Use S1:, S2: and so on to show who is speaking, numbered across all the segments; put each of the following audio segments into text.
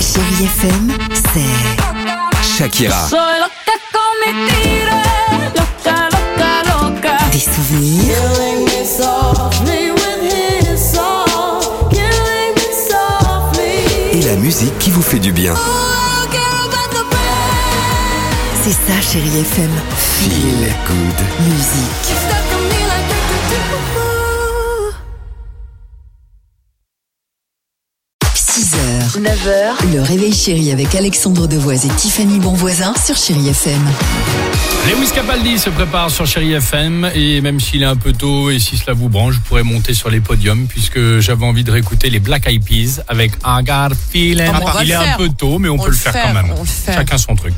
S1: Chérie FM, c'est
S2: Shakira,
S3: Soy loca con mi tira, loca, loca, loca.
S1: des souvenirs,
S3: Me with his song, killing me softly.
S2: et la musique qui vous fait du bien.
S3: Oh, quiero back the bed.
S1: c'est ça Chérie FM.
S2: Feel good.
S1: Musique.
S3: You're stuck on me like do, do, do, do.
S1: 6h, 9h, le réveil chéri avec Alexandre Devoise et Tiffany Bonvoisin sur Chérie FM.
S4: Lewis Capaldi se prépare sur Chéri FM et même s'il est un peu tôt et si cela vous branche, je pourrais monter sur les podiums puisque j'avais envie de réécouter les Black Eyed Peas avec I Got a Feeling.
S5: Ah, mais on va
S4: Il
S5: le
S4: est un
S5: faire.
S4: peu tôt mais on,
S5: On
S4: peut
S5: le
S4: le faire,
S5: fait,
S4: quand même.
S5: on le Ah. fait.
S4: Chacun son truc.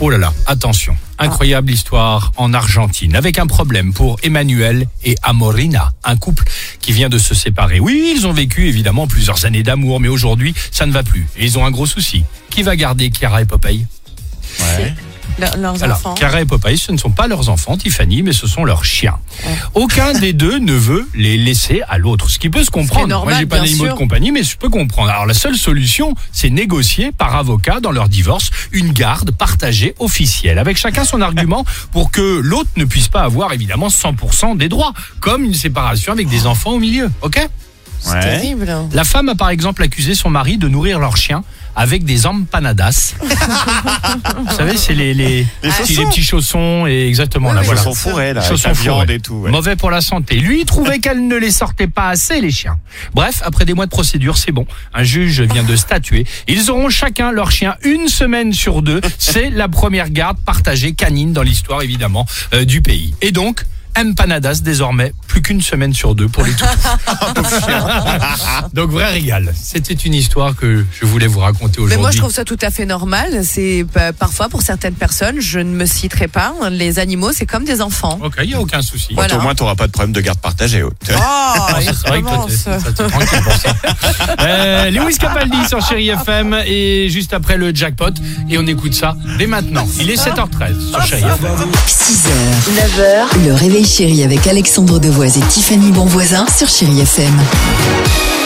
S4: Oh là là, attention. Incroyable histoire en Argentine avec un problème pour Emmanuel et Amorina, un couple qui vient de se séparer. Oui, ils ont vécu évidemment plusieurs années d'amour mais aujourd'hui ça ne va plus et ils ont un gros souci. Qui va garder Chiara et Popeye
S5: Le- leurs
S4: alors,
S5: enfants.
S4: Cara et Popeye, ce ne sont pas leurs enfants, Tiffany, mais ce sont leurs chiens. Aucun des deux ne veut les laisser à l'autre, ce qui peut se comprendre.
S5: normal,
S4: Moi, j'ai pas
S5: bien
S4: d'animaux de
S5: sûr.
S4: compagnie, mais je peux comprendre. Alors, la seule solution, c'est négocier par avocat dans leur divorce une garde partagée officielle, avec chacun son argument pour que l'autre ne puisse pas avoir évidemment 100% des droits, comme une séparation avec
S5: Oh.
S4: des enfants au milieu. Ok
S5: C'est terrible.
S4: La femme a par exemple accusé son mari de nourrir leur chien avec des empanadas. Vous savez, c'est les, les,
S6: Les
S4: petits-
S6: chaussons.
S4: petits chaussons et exactement là.
S6: Les
S4: Ah, voilà.
S6: chaussons fourrés, là,
S4: Chaussons
S6: avec la viande
S4: fourrés.
S6: et tout, ouais.
S4: Mauvais pour la santé. Lui, il trouvait qu'elle ne les sortait pas assez, les chiens. Bref, après des mois de procédure, c'est bon. Un juge vient de statuer. Ils auront chacun leur chien une semaine sur deux. C'est la première garde partagée canine dans l'histoire, évidemment, euh, du pays. Et donc, empanadas désormais, plus qu'une semaine sur deux pour les tout. Donc vrai régal. C'était une histoire que je voulais vous raconter
S5: Mais
S4: aujourd'hui.
S5: moi, je trouve ça tout à fait normal. C'est pa- parfois pour certaines personnes, je ne me citerai pas. Les animaux, c'est comme des enfants.
S4: Ok, il n'y a aucun souci.
S5: Voilà.
S6: Au moins, t'auras pas de problème de garde partagée. oh.
S5: Oh, il
S4: Ah, C'est vrai que toi, t'es-
S5: commence.
S4: ça, t'es tranquille pour ça. Euh, Lewis Capaldi sur Chéri FM et juste après le jackpot. Et on écoute ça dès maintenant. Il est 7h13 sur Chéri FM.
S1: 6h, 9h, le réveil chéri avec Alexandre Devoise et Tiffany Bonvoisin sur Chérie FM.